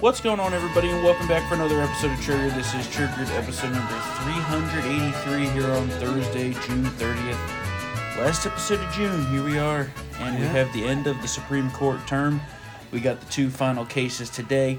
What's going on, everybody, and welcome back for another episode of Trigger. This is Triggered episode number 383 here on Thursday, June 30th. Last episode of June, here we are, and we Yeah. have the end of the Supreme Court term. We got the two final cases today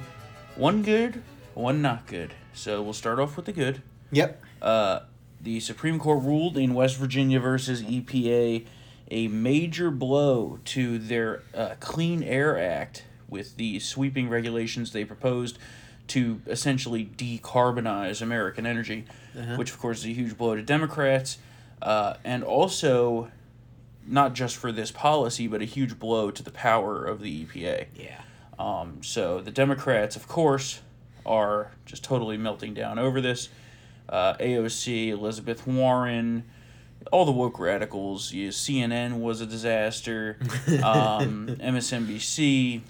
one good, one not good. So we'll start off with the good. Yep. Uh, the Supreme Court ruled in West Virginia versus EPA a major blow to their uh, Clean Air Act with the sweeping regulations they proposed to essentially decarbonize American energy, which, of course, is a huge blow to Democrats. Uh, and also, not just for this policy, but a huge blow to the power of the E EPA. Yeah. Um, so the Democrats, of course, are just totally melting down over this. Uh, AOC, Elizabeth Warren, all the woke radicals. You, CNN was a disaster. Um, MSNBC,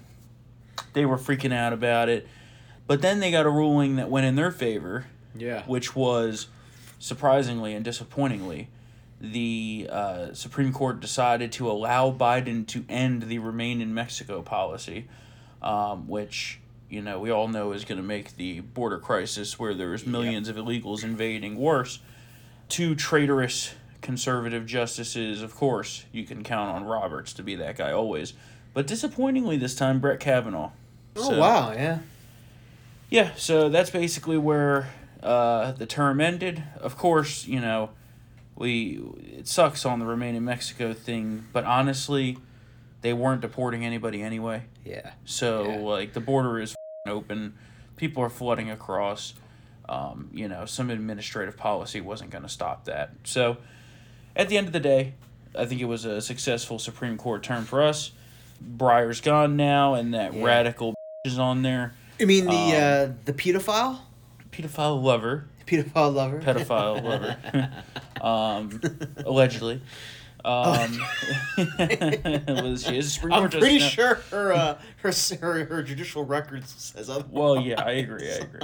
they were freaking out about it. But then they got a ruling that went in their favor, Yeah. which was surprisingly and disappointingly, the uh, Supreme Court decided to allow Biden to end the Remain in Mexico policy, um, which you know we all know is going to make the border crisis, where there is millions of illegals invading, worse. Two traitorous conservative justices, of course, you can count on Roberts to be that guy always, but disappointingly this time Brett Kavanaugh. Oh So- wow. Yeah. yeah, so that's basically where uh, the term ended. Of course, you know, we it sucks on the Remain in Mexico thing, but honestly, they weren't deporting anybody anyway. Yeah. So Yeah. like the border is f***ing open, people are flooding across. Um, you know, some administrative policy wasn't going to stop that. So at the end of the day, I think it was a successful Supreme Court term for us. Breyer's gone now, and that Yeah. radical is on there. You mean the Um, uh, the pedophile, Pedophile lover. pedophile lover, pedophile lover, um, allegedly. Um, was she is a Supreme I'm Court pretty justice now. sure her, uh, her s- her her judicial records says otherwise. Well, yeah, I agree. I agree.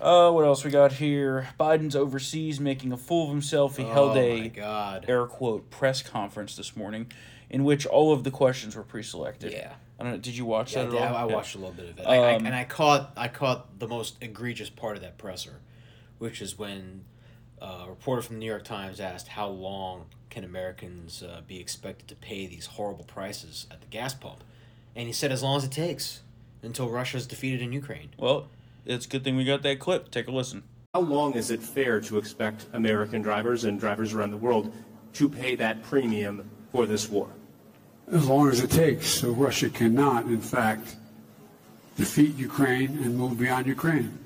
Uh, what else we got here? Biden's overseas making a fool of himself. He held oh my a god. air quote press conference this morning, in which all of the questions were pre-selected. Yeah. I don't know. Did you watch Yeah, I, that did- at all? I Yeah. watched a little bit of it, I, I, Um, and I caught I caught the most egregious part of that presser, which is when uh, a reporter from the New York Times asked how long can Americans uh, be expected to pay these horrible prices at the gas pump, and he said as long as it takes until Russia's defeated in Ukraine. Well, it's a good thing we got that clip. Take a listen. How long is it fair to expect American drivers and drivers around the world to pay that premium for this war? as long as it takes, so Russia cannot, in fact, defeat Ukraine and move beyond Ukraine.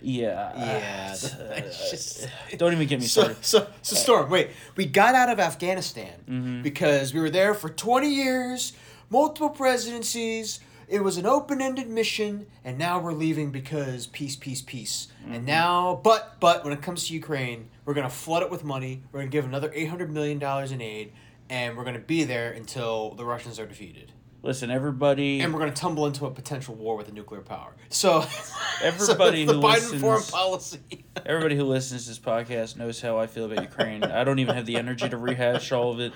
Yeah. uh, Yeah, it's just- Don't even get me so, started. so, so Storm, wait. We got out of Afghanistan Mm-hmm. because we were there for 20 years, multiple presidencies. It was an open ended mission, and now we're leaving because peace, peace, peace. Mm-hmm. And now, but, but when it comes to Ukraine, we're going to flood it with money. We're going to give another $800 million in aid, and we're going to be there until the Russians are defeated. Listen, everybody. And we're going to tumble into a potential war with a nuclear power. So, Everybody so the who Biden listens- foreign policy. Everybody who listens to this podcast knows how I feel about Ukraine. I don't even have the energy to rehash all of it,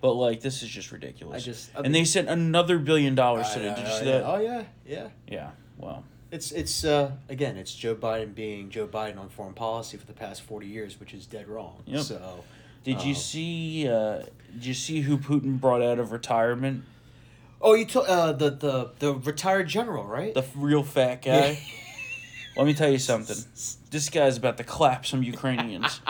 but like this is just ridiculous. I just- I and they sent another billion dollars to them. Did you see that? Oh yeah, yeah. Yeah. Well, It's it's uh, again, it's Joe Biden being Joe Biden on foreign policy for the past forty years, which is dead wrong. Yep. So did you Oh. see? Uh, did you see who Putin brought out of retirement? oh, you told uh, the the the retired general, right? The f- real fat guy. Let me tell you something. This guy's about to clap some Ukrainians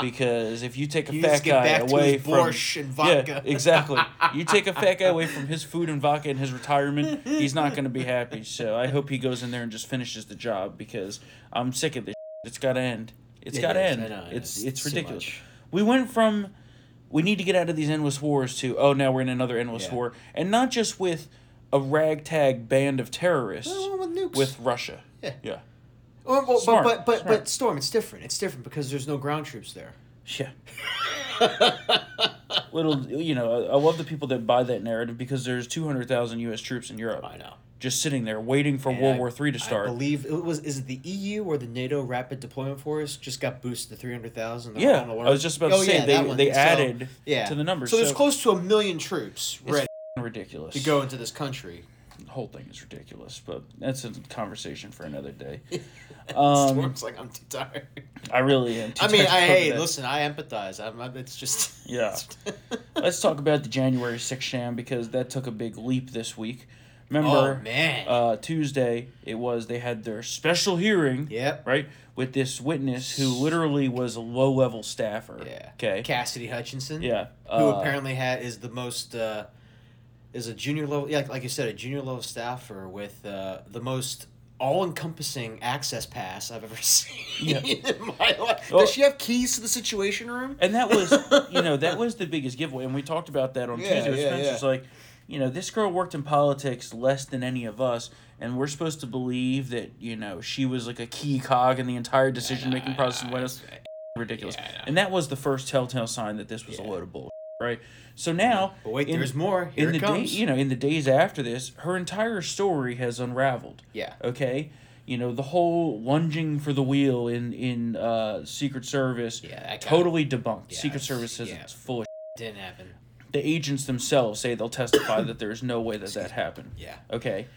because if you take a He needs fat to get guy back to away his from borscht and vodka. yeah, exactly. You take a fat guy away from his food and vodka and his retirement, he's not going to be happy. So I hope he goes in there and just finishes the job because I'm sick of this. shit. It's got to end. It's It got to is, I end. know, I know. it's It's it's too ridiculous. much. We went from we need to get out of these endless wars to oh now we're in another endless Yeah. war and not just with a ragtag band of terrorists Well, with nukes. with Russia. Yeah. Yeah. Oh, but, Smart, but but but, smart. but Storm, it's different. It's different because there's no ground troops there. Yeah. Little, you know, I I love the people that buy that narrative because there's 200,000 U.S. troops in Europe. I know. Just sitting there waiting for World War Three to start. I believe it was is it the EU or the NATO Rapid Deployment Force just got boosted to three hundred thousand. Yeah, I was just about to Oh, say, they- they added yeah. to the numbers, So, there's so- close to a million troops ready Ridiculous. to go into this country the whole thing is ridiculous, but that's a conversation for another day. Storm's like, I'm too tired. I really am. too Um, I mean, tired to I talk hey, about- listen, I empathize. I'm, I'm- it's just Yeah. Let's talk about the January 6th sham because that took a big leap this week. Remember, Oh, man. Uh, Tuesday it was they had their special hearing. Yep. Right with this witness who literally was a low level staffer. yeah. Okay. Cassidy Hutchinson. yeah. who Uh, apparently had is the most uh, is a junior level yeah, like, like you said a junior level staffer with uh, the most all encompassing access pass I've ever seen Yeah. in my life. Well- Does she have keys to the Situation Room? And that was, you know, that was the biggest giveaway. And we talked about that on Yeah, Tuesday. with yeah, Spencer's yeah. like, you know, this girl worked in politics less than any of us, and we're supposed to believe that, you know, she was like a key cog in the entire decision making process in White House. Ridiculous. and that was the first telltale sign that this was a load of bull, right? So now. But wait, in- there's more. Here in it the comes. Day, you know, in the days after this, her entire story has unraveled. Yeah. Okay. You know the whole lunging for the wheel in in uh, Secret Service. Yeah, that guy- totally debunked. Yeah, Secret it's- Service says yeah. it's full. Of Didn't happen. shit. The agents themselves say they'll testify that there is no way that that happened. Yeah. Okay.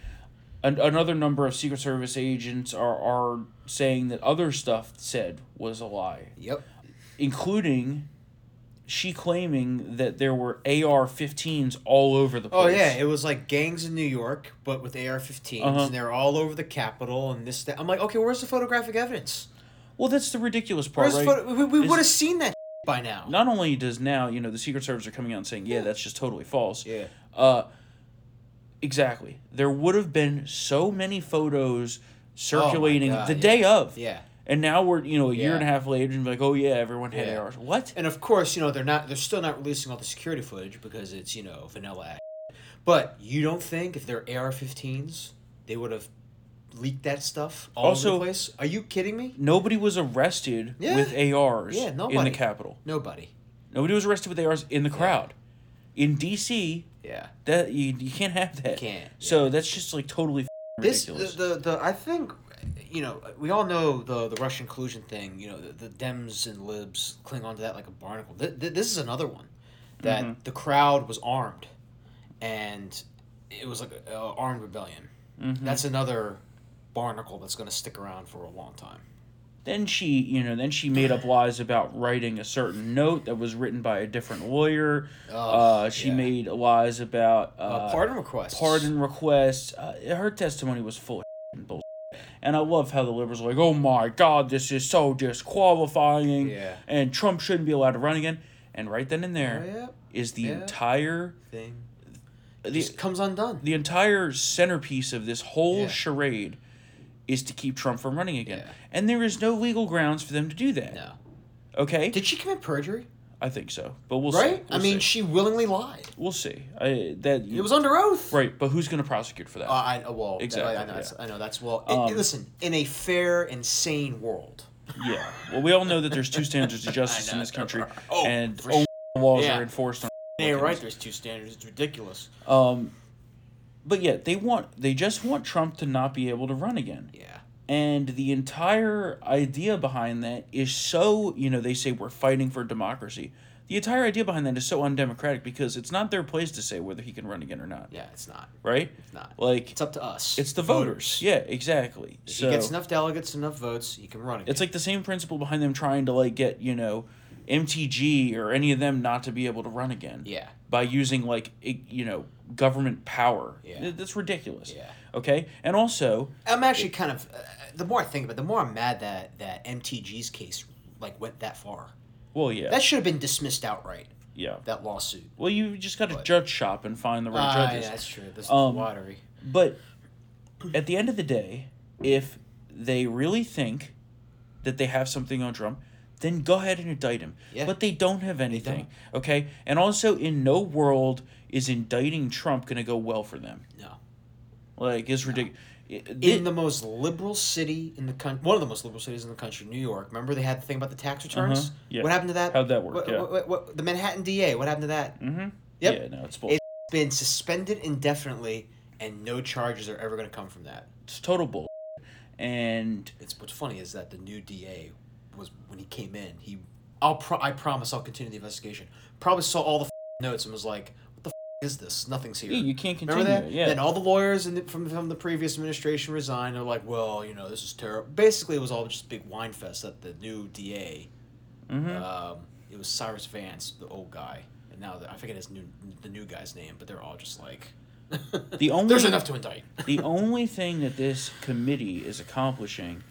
An- another number of Secret Service agents are are saying that other stuff said was a lie, Yep. including she claiming that there were AR-15s all over the place. Oh yeah, it was like gangs in New York, but with AR-15s, Uh-huh. and they're all over the Capitol and this. That. I'm like, okay, where's the photographic evidence? Well, that's the ridiculous part, Where's the right? photo- we we Is- would have seen that by now. Not only does now you know the Secret Service are coming out and saying, "Yeah, that's just totally false." Yeah. Uh, exactly. There would have been so many photos circulating Oh God, the yeah. day of. Yeah. And now we're you know a year Yeah. and a half later and be like, oh yeah, everyone had Yeah. ARs. What? And of course, you know they're not. They're still not releasing all the security footage because it's you know vanilla. ass. But you don't think if they're AR-15s, they would have leaked that stuff all Also- over the place? Are you kidding me? Nobody was arrested Yeah. with ARs Yeah, in nobody. the Capitol. Nobody. Nobody was arrested with ARs in the crowd. In D.C., Yeah. that you, you can't have that. can't, So that's just like totally f***ing This the, ridiculous. the the I think, you know, we all know the the Russian collusion thing. You know, the, the Dems and libs cling onto that like a barnacle. Th- th- this is another one that Mm-hmm. the crowd was armed, and it was like an armed rebellion. Mm-hmm. That's another barnacle that's going to stick around for a long time. then she you know then she made up lies about writing a certain note that was written by a different lawyer uh, she Oh, yeah. made lies about uh, Uh, pardon requests. pardon requests uh, her testimony was full of and bullshit and i love how the liberals are like oh my god this is so disqualifying Yeah. and trump shouldn't be allowed to run again and right then and there is Yeah, the yeah. entire thing the, just comes undone. the entire centerpiece of this whole Yeah. charade is to keep Trump from running again. Yeah. And there is no legal grounds for them to do that. No. Okay? Did she commit perjury? I think so, but we'll see. Right? I We'll mean, see. she willingly lied. we'll see. I that It was under oath. right, but who's going to prosecute for that? Uh, I uh, well, Exactly, exactly. I, know, that's, yeah. Um, I know that's well. i- listen, in a fair and sane world, yeah. Well, we all know that there's two standards of justice I in know, this country, Oh, and for only laws Yeah. are enforced on. yeah, right. There's two standards. It's ridiculous. Um, but yeah, they want they just want Trump to not be able to run again. Yeah, And the entire idea behind that is so, you know, they say we're fighting for democracy. The entire idea behind that is so undemocratic because it's not their place to say whether he can run again or not, yeah. It's not. right? It's not. Like It's up to us. it's the voters. Yeah, exactly. If so he gets enough delegates, enough votes, he can run again. it's like the same principle behind them trying to like get, you know, MTG or any of them not to be able to run again. yeah, By using like, i- you know, government power. Yeah. Th- That's ridiculous. Yeah. Okay? And also, I'm actually kind of. Uh, the more I think about, it, the more I'm mad that that MTG's case like went that far. well, yeah. That should have been dismissed outright. yeah. That lawsuit. Well, you just got to judge shop and find the right Ah, yeah, judges. that's true. This is Um, watery. But at the end of the day, if they really think that they have something on Trump, then go ahead and indict him. Yeah. But they don't have anything. Okay? And also, in no world is indicting Trump going to go well for them. No. Like, it's ridiculous. in the most liberal city in the country, one of the most liberal cities in the country, New York. Remember they had the thing about the tax returns. Uh-huh, yeah. What happened to that? How'd that work? What, Yeah. what- what- what- the Manhattan DA. What happened to that? Mm-hmm. Yep. Yeah, no, it's bull. It's been suspended indefinitely, and no charges are ever going to come from that. It's total bull. And It's what's funny is that the new DA was when he came in. He, I'll pro- I promise I'll continue the investigation. Probably saw all the f- notes and was like, "What the f- is this? Nothing's here. Yeah, you can't continue. Remember that? it, Yeah. Then all the lawyers in the, from from the previous administration resigned. They're like, well, you know, this is terrible. Basically, it was all just a big wine fest that the new DA. Mm-hmm. Um, it was Cyrus Vance, the old guy, and now the, I forget his new the new guy's name, but they're all just like, the only there's enough to indict. the only thing that this committee is accomplishing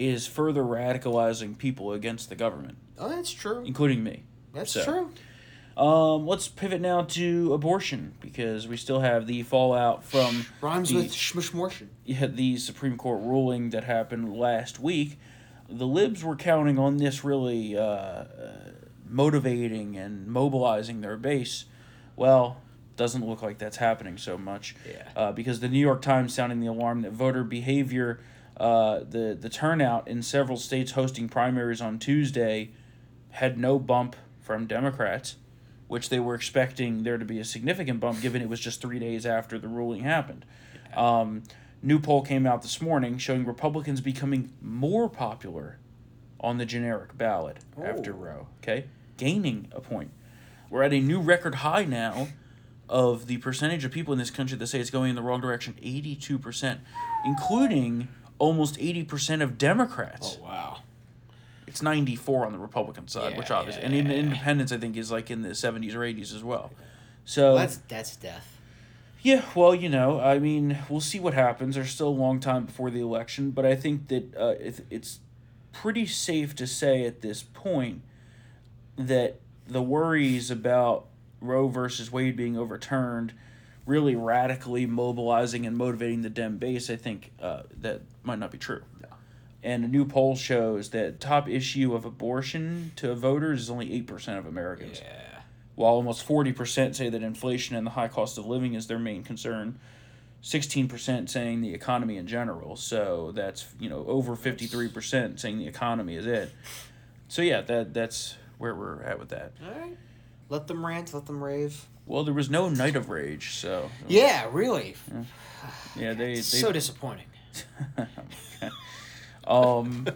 is further radicalizing people against the government, Oh, that's true. including me. That's So, true. Um, let's pivot now to abortion because we still have the fallout from Rhymes the, with schmushmortion. yeah, the Supreme Court ruling that happened last week. The libs were counting on this really uh, uh, motivating and mobilizing their base. Well, doesn't look like that's happening so much. Yeah. Uh, because the New York Times sounding the alarm that voter behavior, uh, the the turnout in several states hosting primaries on Tuesday, had no bump from Democrats, which they were expecting there to be a significant bump given it was just three days after the ruling happened. Um, new poll came out this morning showing Republicans becoming more popular on the generic ballot after Roe. Okay, gaining a point. We're at a new record high now of the percentage of people in this country that say it's going in the wrong direction. Eighty-two percent, including almost eighty percent of Democrats. Oh, Wow. It's ninety-four on the Republican side, which Yeah, obviously, yeah, and in yeah, yeah. independents, I think, is like in the seventies or eighties as well. So That's that's death. yeah, well, you know, I mean, we'll see what happens. There's still a long time before the election, but I think that uh, it, it's pretty safe to say at this point that the worries about Roe versus Wade being overturned, really radically mobilizing and motivating the Dem base, I think uh, that might not be true. And a new poll shows that top issue of abortion to voters is only 8% of Americans Yeah. while almost 40% say that inflation and the high cost of living is their main concern 16% saying the economy in general so that's you know over 53% saying the economy is it so yeah that that's where we're at with that All right. Let them rant. Let them rave. well there was no night of rage so Yeah. Really. yeah they, they It's so disappointing. um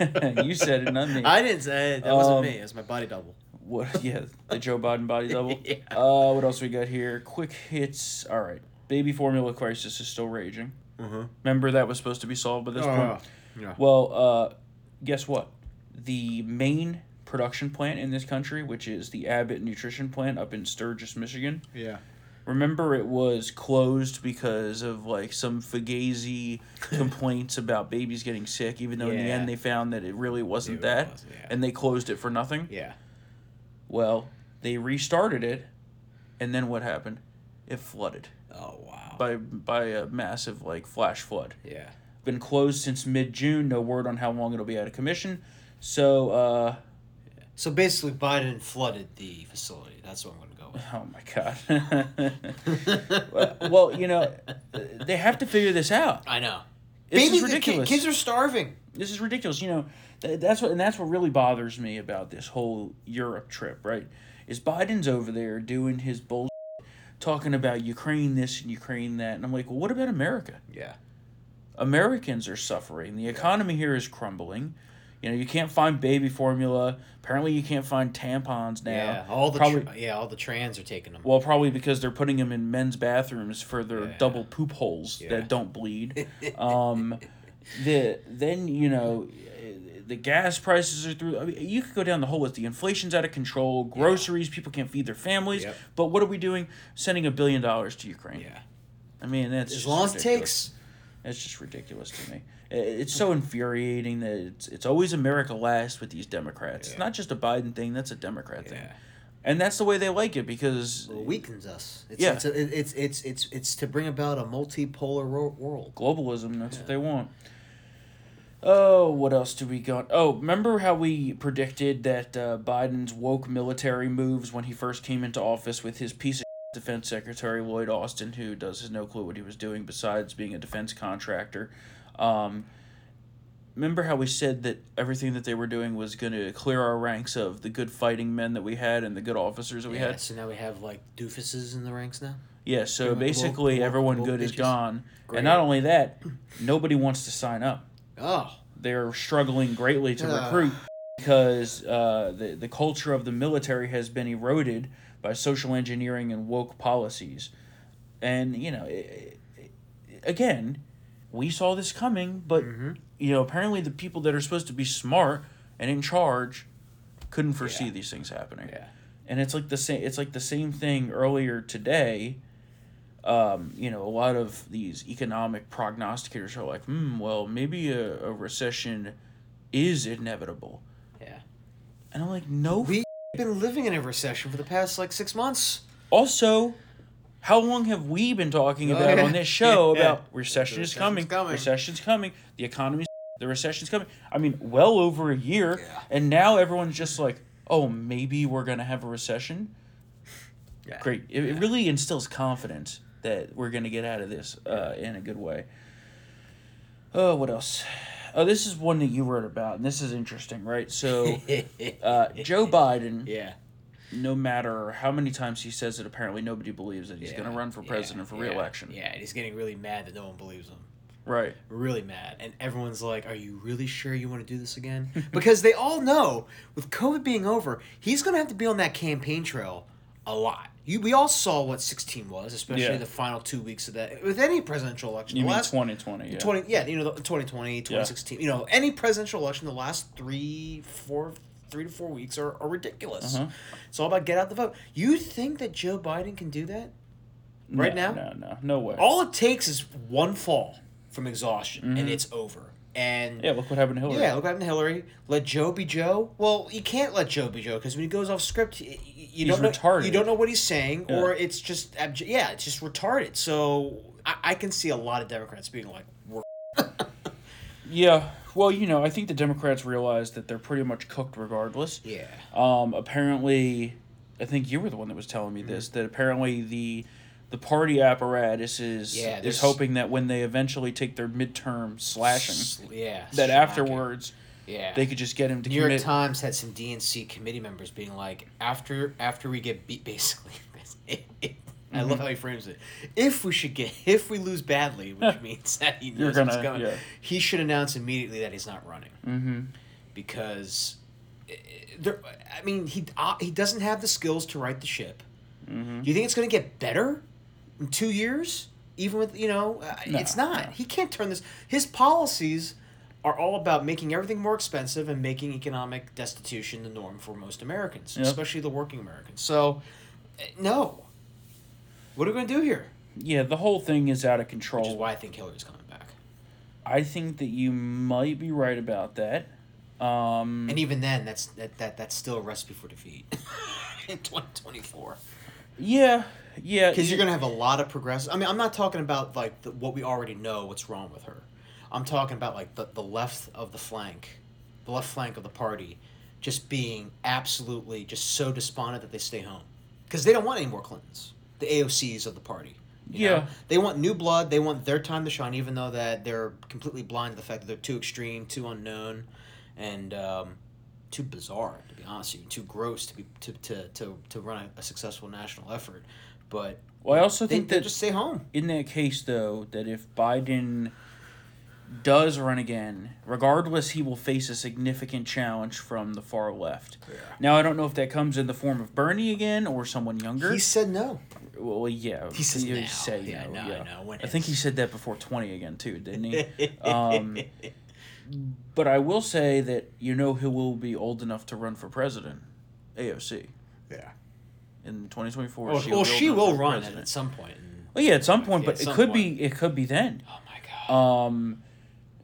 you said it not me I didn't say it. That wasn't Um, me. It was my body double. What? Yeah, the Joe Biden body double. Yeah. Uh, what else we got here? Quick hits. All right, baby formula crisis is still raging. Mhm. Remember that was supposed to be solved by this Oh, point. yeah. Well, uh, guess what? The main production plant in this country, which is the Abbott Nutrition Plant up in Sturgis, Michigan. Yeah. Remember, it was closed because of like some fugazi complaints about babies getting sick. Even though in the Yeah. end they found that it really wasn't It that, wasn't, yeah. and they closed it for nothing. Yeah. Well, they restarted it, and then what happened? It flooded Oh wow. by by a massive like flash flood. yeah. Been closed since mid June. No word on how long it'll be out of commission. So, uh, So basically, Biden flooded the facility. That's what I'm going to go with. oh my god. well, you know, they have to figure this out. I know. This Baby, is ridiculous. kids are starving. this is ridiculous. You know, th- that's what and that's what really bothers me about this whole Europe trip, right? Is Biden's over there doing his bullshit, talking about Ukraine this and Ukraine that, and I'm like, well, what about America? Yeah. Americans are suffering. The economy here is crumbling. You know, you can't find baby formula. Apparently, you can't find tampons now. Yeah. All the probably. tra- yeah, all the trans are taking them. well, probably because they're putting them in men's bathrooms for their Yeah. double poop holes Yeah. that don't bleed. Um, the then you know, the gas prices are through. I mean, you could go down the whole list. The inflation's out of control. Groceries, people can't feed their families. Yep. But what are we doing? Sending a billion dollars to Ukraine. yeah. I mean, that's As just long as it ridiculous. takes. It's just ridiculous to me. I- It's so infuriating that it's it's always America last with these Democrats. It's Yeah. not just a Biden thing; that's a Democrat thing, and that's the way they like it because Well, it weakens us. It's, Yeah. It's, a, it- it's it's it's it's to bring about a multipolar ro- world. globalism. That's what they want. Oh, what else do we got? Oh, remember how we predicted that uh, Biden's woke military moves when he first came into office with his piece of defense secretary Lloyd Austin, who does has no clue what he was doing besides being a defense contractor. Um, remember how we said that everything that they were doing was going to clear our ranks of the good fighting men that we had and the good officers that we yeah. had. So now we have like doofuses in the ranks now. Yeah, so Woke- basically woke- everyone woke good is bitches. gone, Great. and not only that, nobody wants to sign up Oh. they're struggling greatly to Ugh. recruit because uh, the the culture of the military has been eroded by social engineering and woke policies. And, you know, it, it, again, we saw this coming, but, you know, apparently the people that are supposed to be smart and in charge couldn't foresee Yeah. these things happening. Yeah. And it's like the same it's like the same thing earlier today. Um, you know, a lot of these economic prognosticators are like, hmm, well, maybe a, a recession is inevitable. Yeah. And I'm like, no. We- been living in a recession for the past like six months. also, how long have we been talking about yeah. on this show Yeah. about recession is recession's coming, coming. recession's coming, the economy's the recession's coming. I mean, well over a year, and now everyone's just like, oh, maybe we're gonna have a recession. Yeah. Great. It, it really instills confidence that we're gonna get out of this uh, in a good way. Oh, what else? Oh, this is one that you wrote about, and this is interesting, right? So, uh, Joe Biden Yeah. no matter how many times he says it, apparently nobody believes that he's going to yeah, run for yeah, president for yeah, reelection. Yeah, and he's getting really mad that no one believes him. Right. Really mad. And everyone's like, Are you really sure you want to do this again? Because they all know with COVID being over, he's going to have to be on that campaign trail a lot. You, we all saw what 16 was, especially Yeah. the final two weeks of that. With any presidential election, You the mean last 2020. Yeah. 20 yeah you know the 2020 2016 you know any presidential election the last three four three to four weeks are, are ridiculous Uh-huh. it's all about get out the vote you think that joe biden can do that No, right now? No, no, no way. all it takes is one fall from exhaustion and it's over and Mm-hmm. yeah, look what happened to Hillary. yeah, look what happened to Hillary. Let Joe be Joe. Well, you can't let Joe be Joe because when he goes off script, y- y- you He's don't know, retarded. you don't know what he's saying, Yeah. or it's just abj- yeah, it's just retarded. So I, I can see a lot of Democrats being like, "We're Yeah. Well, you know, I think the Democrats realized that they're pretty much cooked regardless. yeah, Um, apparently, I think you were the one that was telling Mm-hmm. me this. That apparently the the party apparatus is Yeah, is there's- hoping that when they eventually take their midterm slashing, Sl- yeah, that slacking. afterwards yeah, they could just get him to New York commit. Times had some DNC committee members being like, after after we get beat, basically. I Mm-hmm. love how he frames it. If we should get, if we lose badly, which means that he knows what's gonna- coming, yeah. he should announce immediately that he's not running. Mm-hmm. Because eh, there, I mean, he uh, he doesn't have the skills to right the ship. Mm-hmm. Do you think it's going to get better in two years? Even with you know, uh, it's not. He can't turn this. His policies are all about making everything more expensive and making economic destitution the norm for most Americans, especially the working Americans. So, uh, no. What are we going to do here? Yeah, the whole thing is out of Which is control. why I think Hillary's coming back. I think that you might be right about that. Um, And even then, that's that, that that's still a recipe for defeat in twenty twenty four. yeah, yeah. Because you're going to have a lot of progressive. I mean, I'm not talking about like the, what we already know what's wrong with her. I'm talking about like the, the left of the flank, the left flank of the party, just being absolutely just so despondent that they stay home because they don't want any more Clintons, the AOCs of the party. you know? Yeah. they want new blood. They want their time to shine, even though that they're completely blind to the fact that they're too extreme, too unknown, and um, too bizarre to be honest with you, too gross to be to to to, to run a, a successful national effort. But Well, I also they, think they that just stay home. in that case, though, that if Biden does run again, regardless, he will face a significant challenge from the far left. Now, I don't know if that comes in the form of Bernie again or someone younger. He said no. well, yeah, He says you now. say Yeah, no, no, I yeah. know. When I think he said that before twenty again too, didn't he? um, but I will say that you know who will be old enough to run for president, AOC Yeah. in twenty twenty four. Well, well, she will run it. at some point. And, Well, yeah, at some point, Yeah, but at it some could point. be it could be then. oh my god. Um,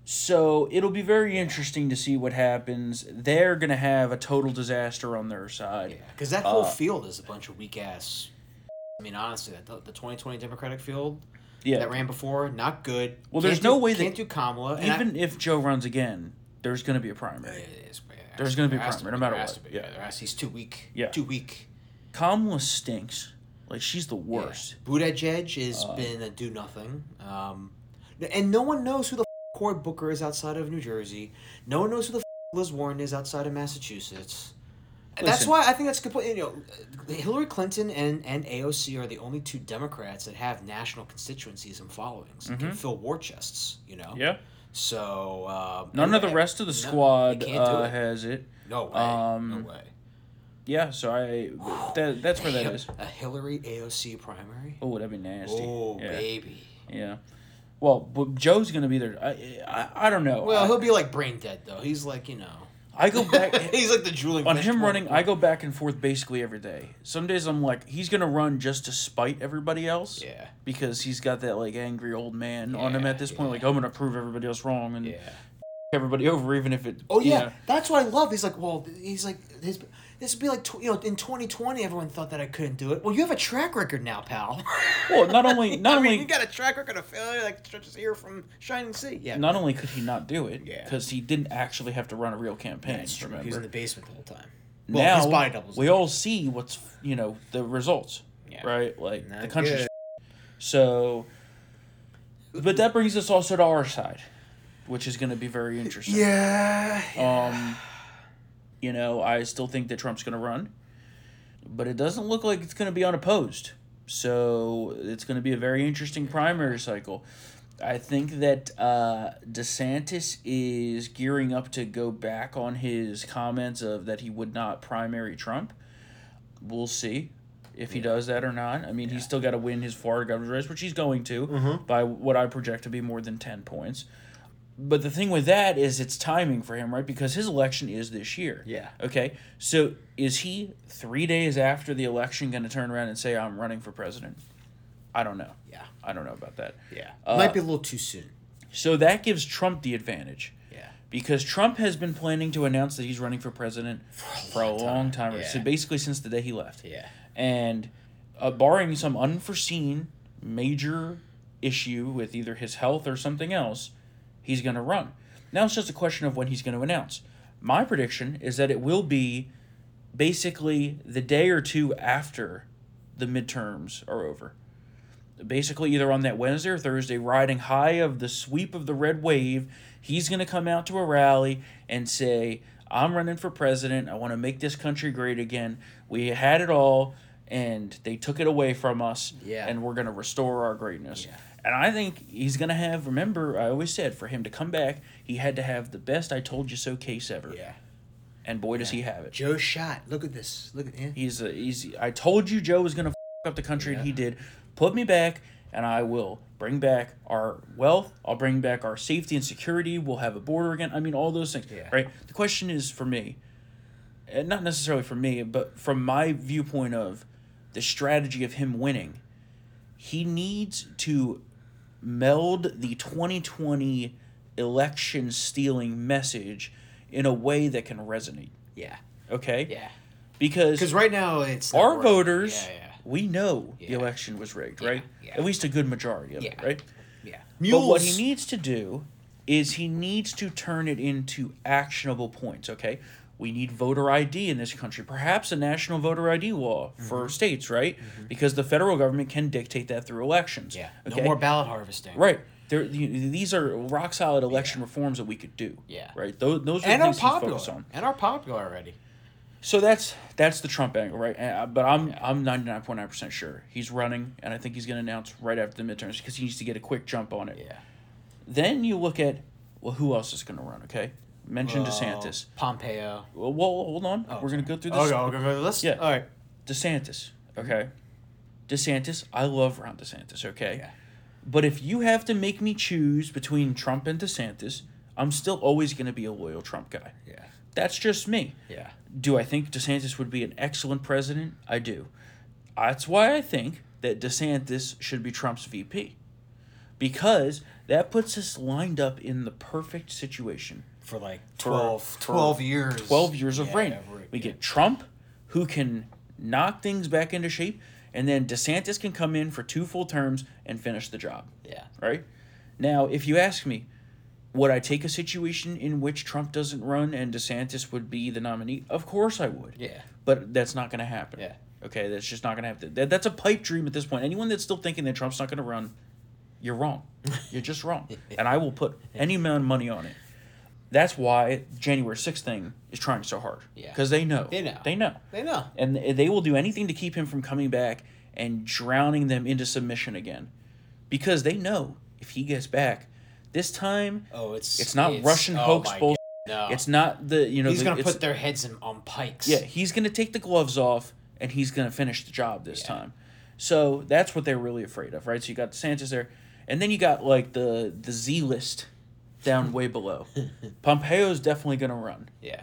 so it'll be very interesting to see what happens. They're gonna have a total disaster on their side. yeah, because that Uh, whole field is a bunch of weak ass. I mean, honestly, that the, the 2020 Democratic field Yeah, that ran before, not good. Well, there's Can't no do- way that- can't do Kamala. and I- even if Joe runs again, there's gonna be a primary. It is, but yeah, There's gonna be there has primary, be, no matter there has what. to be, Yeah. Yeah, there has- he's too weak. Yeah. too weak. Kamala stinks. Like she's the Yeah. worst. Buttigieg has Uh, been a do nothing, um, and no one knows who the f- Cory Booker is outside of New Jersey. No one knows who the f- Liz Warren is outside of Massachusetts. And That's Listen. why I think that's completely. You know, Hillary Clinton and, and AOC are the only two Democrats that have national constituencies and followings and Mm-hmm. can fill war chests. You know. So um, None of the and- rest of the no, they squad can't do uh, it. has it. No way. Um, no way. yeah, so I that, that's where that is. A Hillary AOC primary. Oh, that'd be nasty. Oh yeah. baby. Yeah. Well, but Joe's gonna be there. I I, I don't know. Well, I- he'll be like brain dead though. He's like you know. I go back he's like the drooling. on fish him from- running. I go back and forth basically every day. Some days I'm like, he's gonna run just to spite everybody else. Yeah. Because he's got that like angry old man on him Yeah, at this point. Like I'm gonna prove everybody else wrong and Yeah. everybody over, even if it. Oh yeah, you know. that's what I love. He's like, well, he's like, his, this would be like, tw- you know, in 2020, everyone thought that I couldn't do it. Well, you have a track record now, pal. Well, not only not I only mean, you got a track record of failure like stretches here from Shining Sea. Yeah, not only could he not do it Yeah. because he didn't actually have to run a real campaign. That's true. He was Remember. in the basement the whole time. Well, now his body doubles. we all see what's you know the results, Yeah. right? Like the Not country's good. So, but that brings us also to our side, which is going to be very interesting. yeah. Um, you know, I still think that Trump's going to run, but it doesn't look like it's going to be unopposed. So it's going to be a very interesting primary cycle. I think that uh, DeSantis is gearing up to go back on his comments of that he would not primary Trump. We'll see if he does that or not. I mean, he's still got to win his Florida governor's race, which he's going to Mm-hmm. by what I project to be more than ten points. But the thing with that is it's timing for him, right? Because his election is this year. Yeah. Okay. So is he three days after the election going to turn around and say, I'm running for president? I don't know. Yeah. I don't know about that. Yeah. Uh, Might be a little too soon. So that gives Trump the advantage Yeah. because Trump has been planning to announce that he's running for president for a long, time. So Yeah. basically, since the day he left. Yeah. And uh, barring some unforeseen major issue with either his health or something else, he's going to run. Now it's just a question of when he's going to announce. My prediction is that it will be basically the day or two after the midterms are over. Basically, either on that Wednesday or Thursday, riding high of the sweep of the red wave, he's going to come out to a rally and say, I'm running for president. I want to make this country great again. We had it all, and they took it away from us, Yeah. and we're going to restore our greatness. Yeah. And I think he's going to have, remember, I always said for him to come back, he had to have the best I told you so case ever. Yeah. And boy, does he have it. Joe shot. Look at this. Look at him. He's a, he's. I told you Joe was gonna f- up the country, and he did. Put me back, and I will bring back our wealth. I'll bring back our safety and security. We'll have a border again. I mean, all those things, Yeah. right? The question is for me, and not necessarily for me, but from my viewpoint of the strategy of him winning, he needs to meld the 2020 election stealing message in a way that can resonate. Yeah. Okay? Yeah. Because Because right now it's not our working. voters, Yeah. Yeah. we know the Yeah. election was rigged, Yeah, right? yeah. At least a good majority of it, Yeah. right? Yeah. But what he needs to do is he needs to turn it into actionable points, okay? We need voter ID in this country, perhaps a national voter ID law Mm-hmm. for states, right? Because the federal government can dictate that through elections. Yeah. Okay? No more ballot harvesting. Right. There, you- these are rock solid election reforms that we could do. Yeah. Right. Those, those are And the are things he's popular. focused on. And are popular already. So that's that's the Trump angle, right? And, uh, but I'm I'm ninety nine point nine percent sure he's running, and I think he's going to announce right after the midterms because he needs to get a quick jump on it. Yeah. Then you look at well, who else is going to run? Okay, mention DeSantis. Pompeo. Well, well, hold on, oh. we're going to go through this. go to the list. Yeah. All right. DeSantis, okay, DeSantis. I love Ron DeSantis. Okay, Yeah. but if you have to make me choose between Trump and DeSantis, I'm still always going to be a loyal Trump guy. Yeah. That's just me. Yeah. Do I think DeSantis would be an excellent president? I do. That's why I think that DeSantis should be Trump's VP. Because that puts us lined up in the perfect situation. For like For- 12, for 12 years. 12 years of Yeah, reign. right, We yeah. get Trump, who can knock things back into shape, and then DeSantis can come in for two full terms and finish the job Yeah. right? Now, if you ask me, would I take a situation in which Trump doesn't run and DeSantis would be the nominee? Of course I would. Yeah. But that's not going to happen. Yeah. Okay, that's just not going to happen. That, that's a pipe dream at this point. Anyone that's still thinking that Trump's not going to run, you're wrong. You're just wrong. and I will put any amount of money on it. That's why January 6th thing is trying so hard. Yeah. Because they know. They know. They know. They know. And th- they will do anything to keep him from coming back and drowning them into submission again. Because they know if he gets back, this time Oh, it's oh it's not Russian hoax my bullshit. No. It's not the you know He's the- gonna it's- put their heads in, on pikes. yeah, he's going to take the gloves off and he's going to finish the job this time. So that's what they're really afraid of, right? So you got Sanchez there, and then you got like the the Z list down way below. Pompeo's definitely going to run. yeah.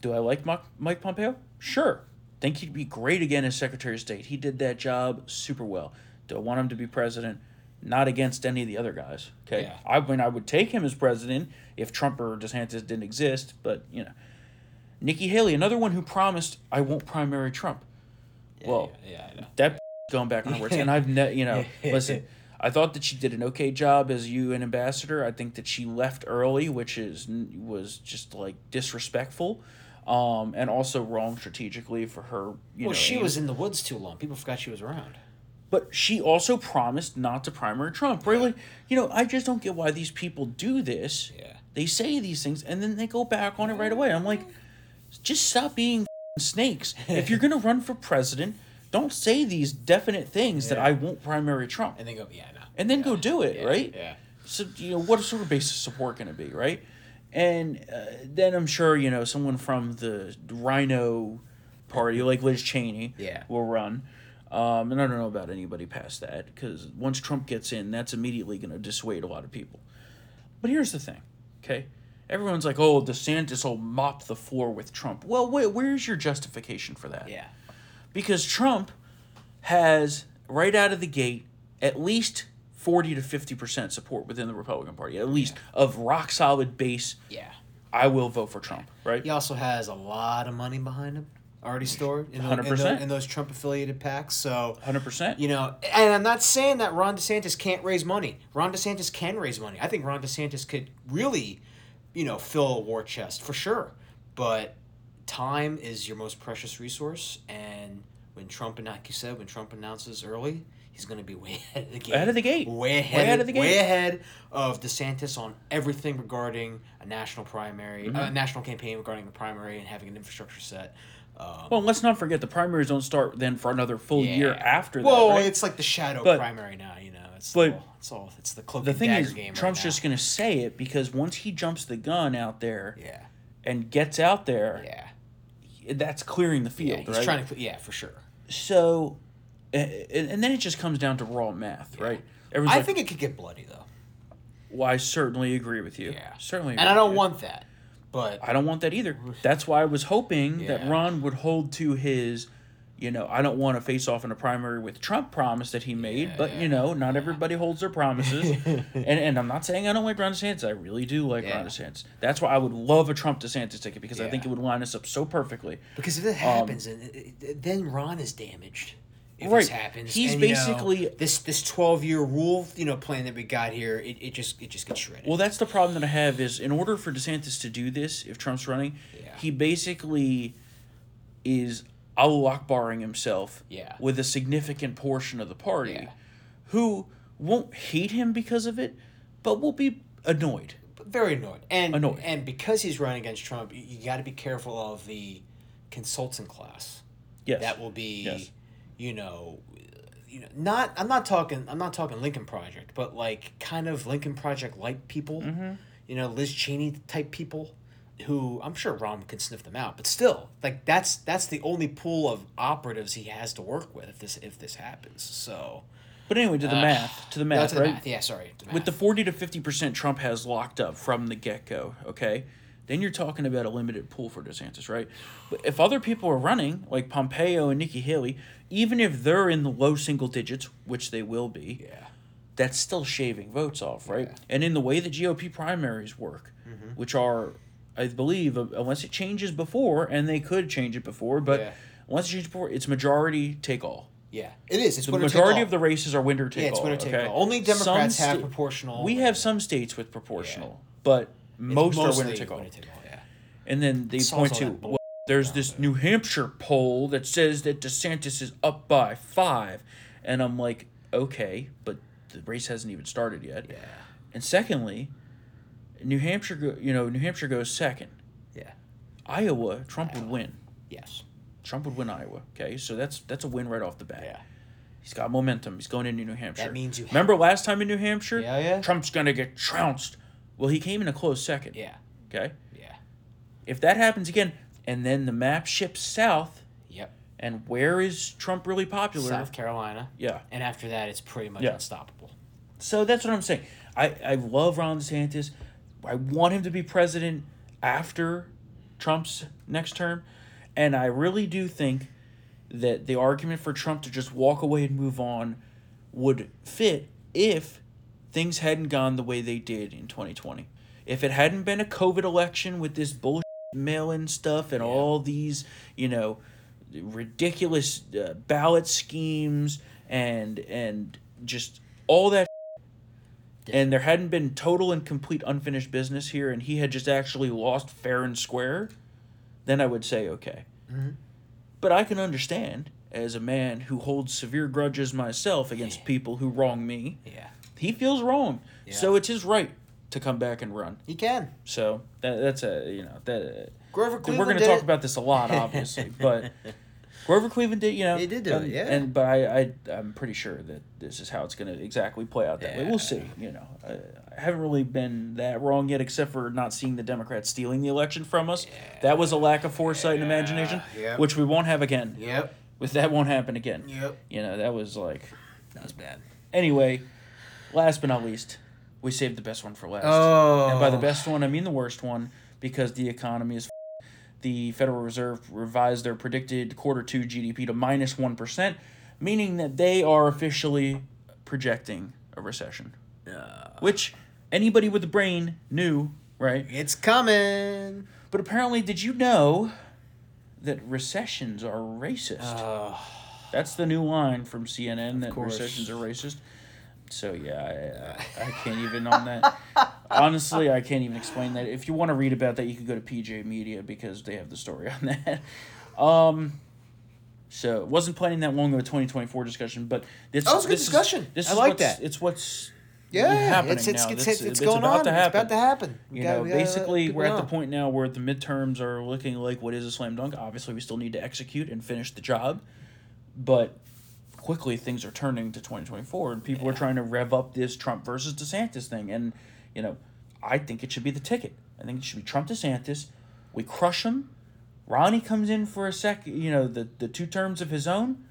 Do I like Mike, Mike Pompeo? Sure. Think he'd be great again as Secretary of State. He did that job super well. Do I want him to be president? Not against any of the other guys. Okay. Yeah. I mean, I would take him as president if Trump or DeSantis didn't exist, but, you know. Nikki Haley, another one who promised, I won't primary Trump. well, Yeah, I know. that going back on her words. And I've ne- you know, listen, I thought that she did an okay job as UN ambassador. I think that she left early, which is was just like disrespectful, um, and also wrong strategically for her. You Well, know, she aims. was in the woods too long. People forgot she was around. but she also promised not to primary Trump. Really, you know, I just don't get why these people do this. Yeah. They say these things and then they go back on it right away. I'm like, just stop being snakes. If you're gonna run for president, don't say these definite things that I won't primary Trump. And then go, yeah, I know. and then go do it, Yeah, right? Yeah. So you know what sort of base of support going to be, right? And uh, then I'm sure you know someone from the Rhino party, like Liz Cheney, Yeah. will run. Um, and I don't know about anybody past that because once Trump gets in, that's immediately going to dissuade a lot of people. But here's the thing, okay? Everyone's like, "Oh, DeSantis will mop the floor with Trump." Well, wh- where's your justification for that? Yeah. because Trump has right out of the gate at least 40 to 50% support within the Republican Party, at least of rock solid base. Yeah. I will vote for Trump, right? He also has a lot of money behind him already stored in, the, in, 100%. the, in those Trump affiliated packs. So 100%. you know, and I'm not saying that Ron DeSantis can't raise money. Ron DeSantis can raise money. I think Ron DeSantis could really, you know, fill a war chest for sure. But time is your most precious resource, and when Trump and like you said, when Trump announces early, he's going to be way ahead of the game. Ahead of the gate. Way ahead, of the game. Way ahead of DeSantis on everything regarding a national primary, uh, a national campaign regarding the primary and having an infrastructure set. Um, Well, let's not forget the primaries don't start then for another full year Yeah. after well, that. right? it's like the shadow But- primary now. You know, it's but- all, it's all it's the cloak the and thing dagger is, game. Trump's right just going to say it because once he jumps the gun out there now. yeah, and gets out there, yeah, that's clearing the yeah. field, He's right? trying to, yeah, for sure. so, a- a- and, then it just comes down to raw math, right? Everyone's I like, think it could get bloody though. Well, I certainly agree with you. Yeah. Certainly. And agree I with don't you. want that, but I don't want that either. That's why I was hoping that Yeah. Ron would hold to his, you know, I don't want to face off in a primary with Trump promise that he made, but you know, not everybody holds their promises. and and I'm not saying I don't like Ron DeSantis. I really do like Ron Yeah. DeSantis. That's why I would love a Trump DeSantis ticket because I think it Yeah. would line us up so perfectly. because um, if it happens, and it- it- then Ron is damaged. If Right. this happens, He's and, you know, basically- this this twelve year rule, you know, plan that we got here. It, it just it just gets shredded. Well, that's the problem that I have is in order for DeSantis to do this, if Trump's running, Yeah. he basically is Allah barring himself Yeah. with a significant portion of the party Yeah. who won't hate him because of it, but will be annoyed. very annoyed and Annoyed. and because he's running against Trump, you, you got to be careful of the consultant class. Yes. that will be Yes. you know you know not i'm not talking i'm not talking lincoln project but like kind of lincoln project like people Mm-hmm. you know liz cheney type people who i'm sure rom can sniff them out but still like that's that's the only pool of operatives he has to work with if this if this happens so But anyway, to the math, to the No, math, Uh, to the right? math. yeah sorry to With the math. 40 to 50% Trump has locked up from the get go, okay? Then you're talking about a limited pool for DeSantis, right? But if other people are running, like Pompeo and Nikki Haley, even if they're in the low single digits, which they will be, yeah that's still shaving votes off, right? And in the way the GOP primaries work, Mm-hmm. which are, I believe, uh, unless it changes before, and they could change it before, but Yeah. once it changes before, it's majority take all. yeah it is it's The winner take majority all. of the races are winner take yeah, it's all. winner take okay? all. Only Democrats Some have sta- proportional. we have some states with proportional, but It's most are mostly winner take all. winner take all, Yeah. And then they Solves point all to that bull- well, there's this New Hampshire poll that says that DeSantis is up by five, and I'm like, okay, but the race hasn't even started yet. Yeah. And secondly, New Hampshire, go, you know, New Hampshire goes second. Yeah. Iowa, Trump would win. Yes. Trump would win Iowa. Okay, so that's that's a win right off the bat. Yeah. He's got momentum. He's going into New Hampshire. means you have- remember last time in New Hampshire. Yeah, yeah. Trump's gonna get trounced. Well, he came in a close second. Yeah. Okay. Yeah. If that happens again, and then the map shifts south, Yep. and where is Trump really popular? South Carolina. Yeah. And after that, it's pretty much Yeah. unstoppable. So that's what I'm saying. I, I love Ron DeSantis. I want him to be president after Trump's next term. And I really do think that the argument for Trump to just walk away and move on would fit if things hadn't gone the way they did in 2020. If it hadn't been a COVID election with this bullshit mail in stuff and all these, you know, ridiculous uh, ballot schemes and and just all that and there hadn't been total and complete unfinished business here, and he had just actually lost fair and square, then I would say okay. But I can understand as a man who holds severe grudges myself against people who wrong me. Yeah. He feels wrong, so it's his right to come back and run. He can. So that, that's a you know that uh, Grover we're Cleveland. going to did talk it. about this a lot, obviously, but. Grover Cleveland did, you know, He did do it, um, yeah. And but I, I, I'm pretty sure that this is how it's going to exactly play out. That way, we'll see. You know, I, I haven't really been that wrong yet, except for not seeing the Democrats stealing the election from us. That was a lack of foresight and imagination, Yeah. which we won't have again. Yep. With that won't happen again. Yep. You know, that was like. That was bad. Anyway, last but not least, we saved the best one for last. Oh. And by the best one, I mean the worst one because the economy is. f- The Federal Reserve revised their predicted quarter two GDP to minus 1%, meaning that they are officially projecting a recession. Which anybody with a brain knew, right? It's coming. But apparently, did you know that recessions are racist? That's the new line from CNN that course. recessions are racist. So yeah, I, I, I can't even on that. Honestly, I can't even explain that. If you want to read about that, you can go to PJ Media because they have the story on that. Um, so wasn't planning that long of a twenty twenty four discussion, but this That was a good this is- discussion. This I is like what's- that. It's what's Yeah, happening it's it's now. it's, That's- it's it's, going about on. to It's about happen. to happen. We you gotta- know, uh, we gotta let basically, people we're at the know. point now where the midterms are looking like what is a slam dunk. Obviously, we still need to execute and finish the job, but quickly things are turning to 2024, and people are trying to rev up this Trump versus DeSantis thing. And, you know, I think it should be the ticket. I think it should be Trump DeSantis. We crush him. Ronnie comes in for a second, you know, the, the two terms of his own.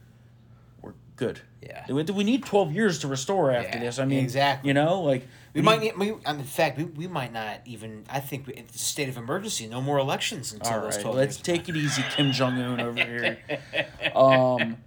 We're good. Yeah. We, we need 12 years to restore after Yeah, this. I mean, exactly. You know, like. We might need, we, um, in fact, we, we might not even, I think, we, it's a state of emergency, no more elections until All those right, 12 let's years. take it easy, Kim Jong Un over here. Um,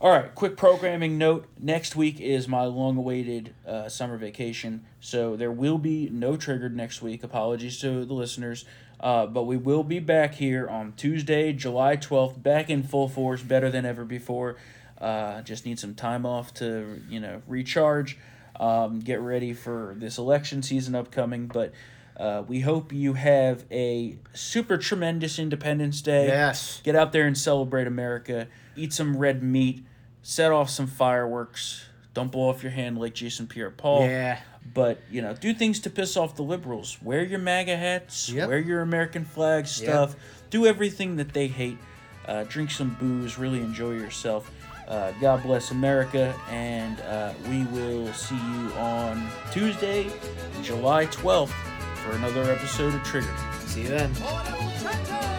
all right, quick programming note: next week is my long-awaited uh, summer vacation, so there will be no triggered next week. Apologies to the listeners, uh, but we will be back here on Tuesday, July twelfth, back in full force, better than ever before. Uh, just need some time off to you know recharge, um, get ready for this election season upcoming, but. Uh, we hope you have a super tremendous Independence Day. Yes. Get out there and celebrate America. Eat some red meat. Set off some fireworks. Don't blow off your hand like Jason Pierre Paul. Yeah. But, you know, do things to piss off the liberals. Wear your MAGA hats. Yep. Wear your American flag stuff. Do everything that they hate. Uh, drink some booze. Really enjoy yourself. Uh, God bless America. And uh, we will see you on Tuesday, July 12th, for another episode of Triggered. See you then. Old old tractor,